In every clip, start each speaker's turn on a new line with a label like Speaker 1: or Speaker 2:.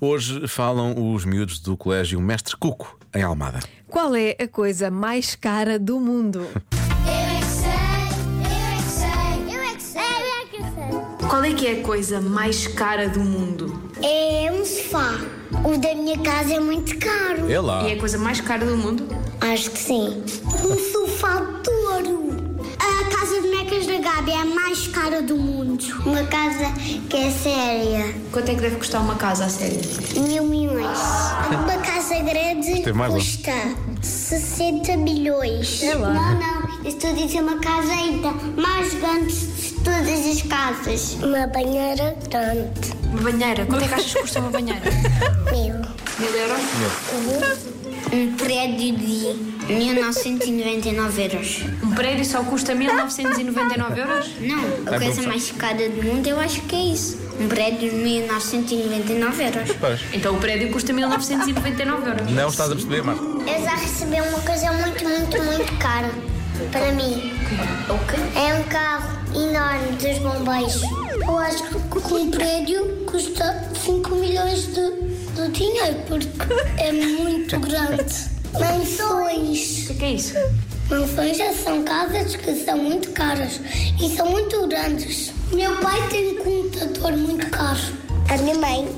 Speaker 1: Hoje falam os miúdos do Colégio Mestre Cuco, em Almada.
Speaker 2: Qual é a coisa mais cara do mundo?
Speaker 3: Qual é que é a coisa mais cara do mundo?
Speaker 4: É um sofá. O da minha casa é muito caro.
Speaker 1: É lá.
Speaker 3: E é a coisa mais cara do mundo?
Speaker 4: Acho que sim. Um sofá de ouro. A casa de mecas da Gabi é a mais cara do mundo. Uma casa que é séria.
Speaker 3: Quanto é que deve custar uma casa a sério?
Speaker 4: Mil milhões. Uma casa grande
Speaker 1: Tem mais um.
Speaker 4: custa 60 milhões.
Speaker 2: É lá.
Speaker 4: Não, não. Estou a dizer uma casa ainda mais grande de todas as casas. Uma banheira grande.
Speaker 3: Uma banheira. Quanto é que achas que custa uma banheira?
Speaker 4: Mil.
Speaker 3: Mil euros?
Speaker 4: Um prédio de 1999 euros.
Speaker 3: Um prédio só custa 1999 euros?
Speaker 4: Não, a coisa mais cara do mundo eu acho que é isso. Um prédio de 1999 euros.
Speaker 1: Pois.
Speaker 3: Então o prédio custa 1999 euros.
Speaker 1: Não estás a perceber, Marco.
Speaker 4: Eu já recebi uma coisa muito, muito, muito cara para mim.
Speaker 3: O quê?
Speaker 4: É um carro enorme dos bombeiros. Eu acho que um prédio custa 5 milhões de, de dinheiro porque é muito grande. Mansões.
Speaker 3: O que é isso?
Speaker 4: Mansões já são casas que são muito caras e são muito grandes. Meu pai tem um computador muito caro. A minha mãe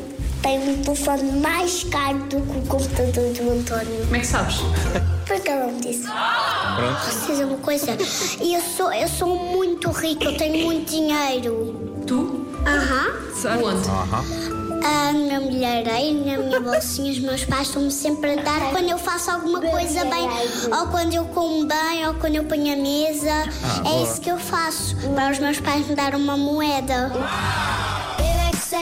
Speaker 4: tem um telefone mais caro do que o computador do António.
Speaker 3: Como é que sabes?
Speaker 4: Por que ela me disse? Vocês é uma coisa. E eu sou, eu sou muito rica, eu tenho muito dinheiro.
Speaker 3: Tu?
Speaker 4: Aham.
Speaker 3: Onde?
Speaker 4: Ah, na milhareiro, na minha bolsinha, os meus pais estão-me sempre a dar quando eu faço alguma coisa bem, ou quando eu como bem, ou quando eu ponho a mesa. é isso que eu faço. Para os meus pais me dar uma moeda. Eu é que sei,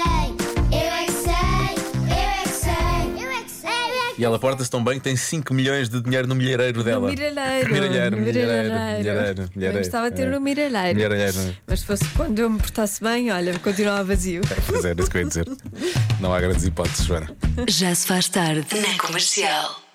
Speaker 4: eu é que sei, eu é que sei, eu é que sei, eu é
Speaker 1: E ela porta-se tão bem que tem 5 milhões de dinheiro no milheireiro dela.
Speaker 2: Tá Miralheiro.
Speaker 1: Miralheiro, milheireiro, milheireiro,
Speaker 2: Miralheiro. Eu
Speaker 1: milheireiro. É.
Speaker 2: gostava de ter um miralheiro.
Speaker 1: Milheireiro.
Speaker 2: Mas se fosse quando eu me portasse bem, olha, continuava vazio.
Speaker 1: Pois é, era isso que eu ia dizer. Não há grandes hipóteses, Joana.
Speaker 5: Já se faz tarde na comercial.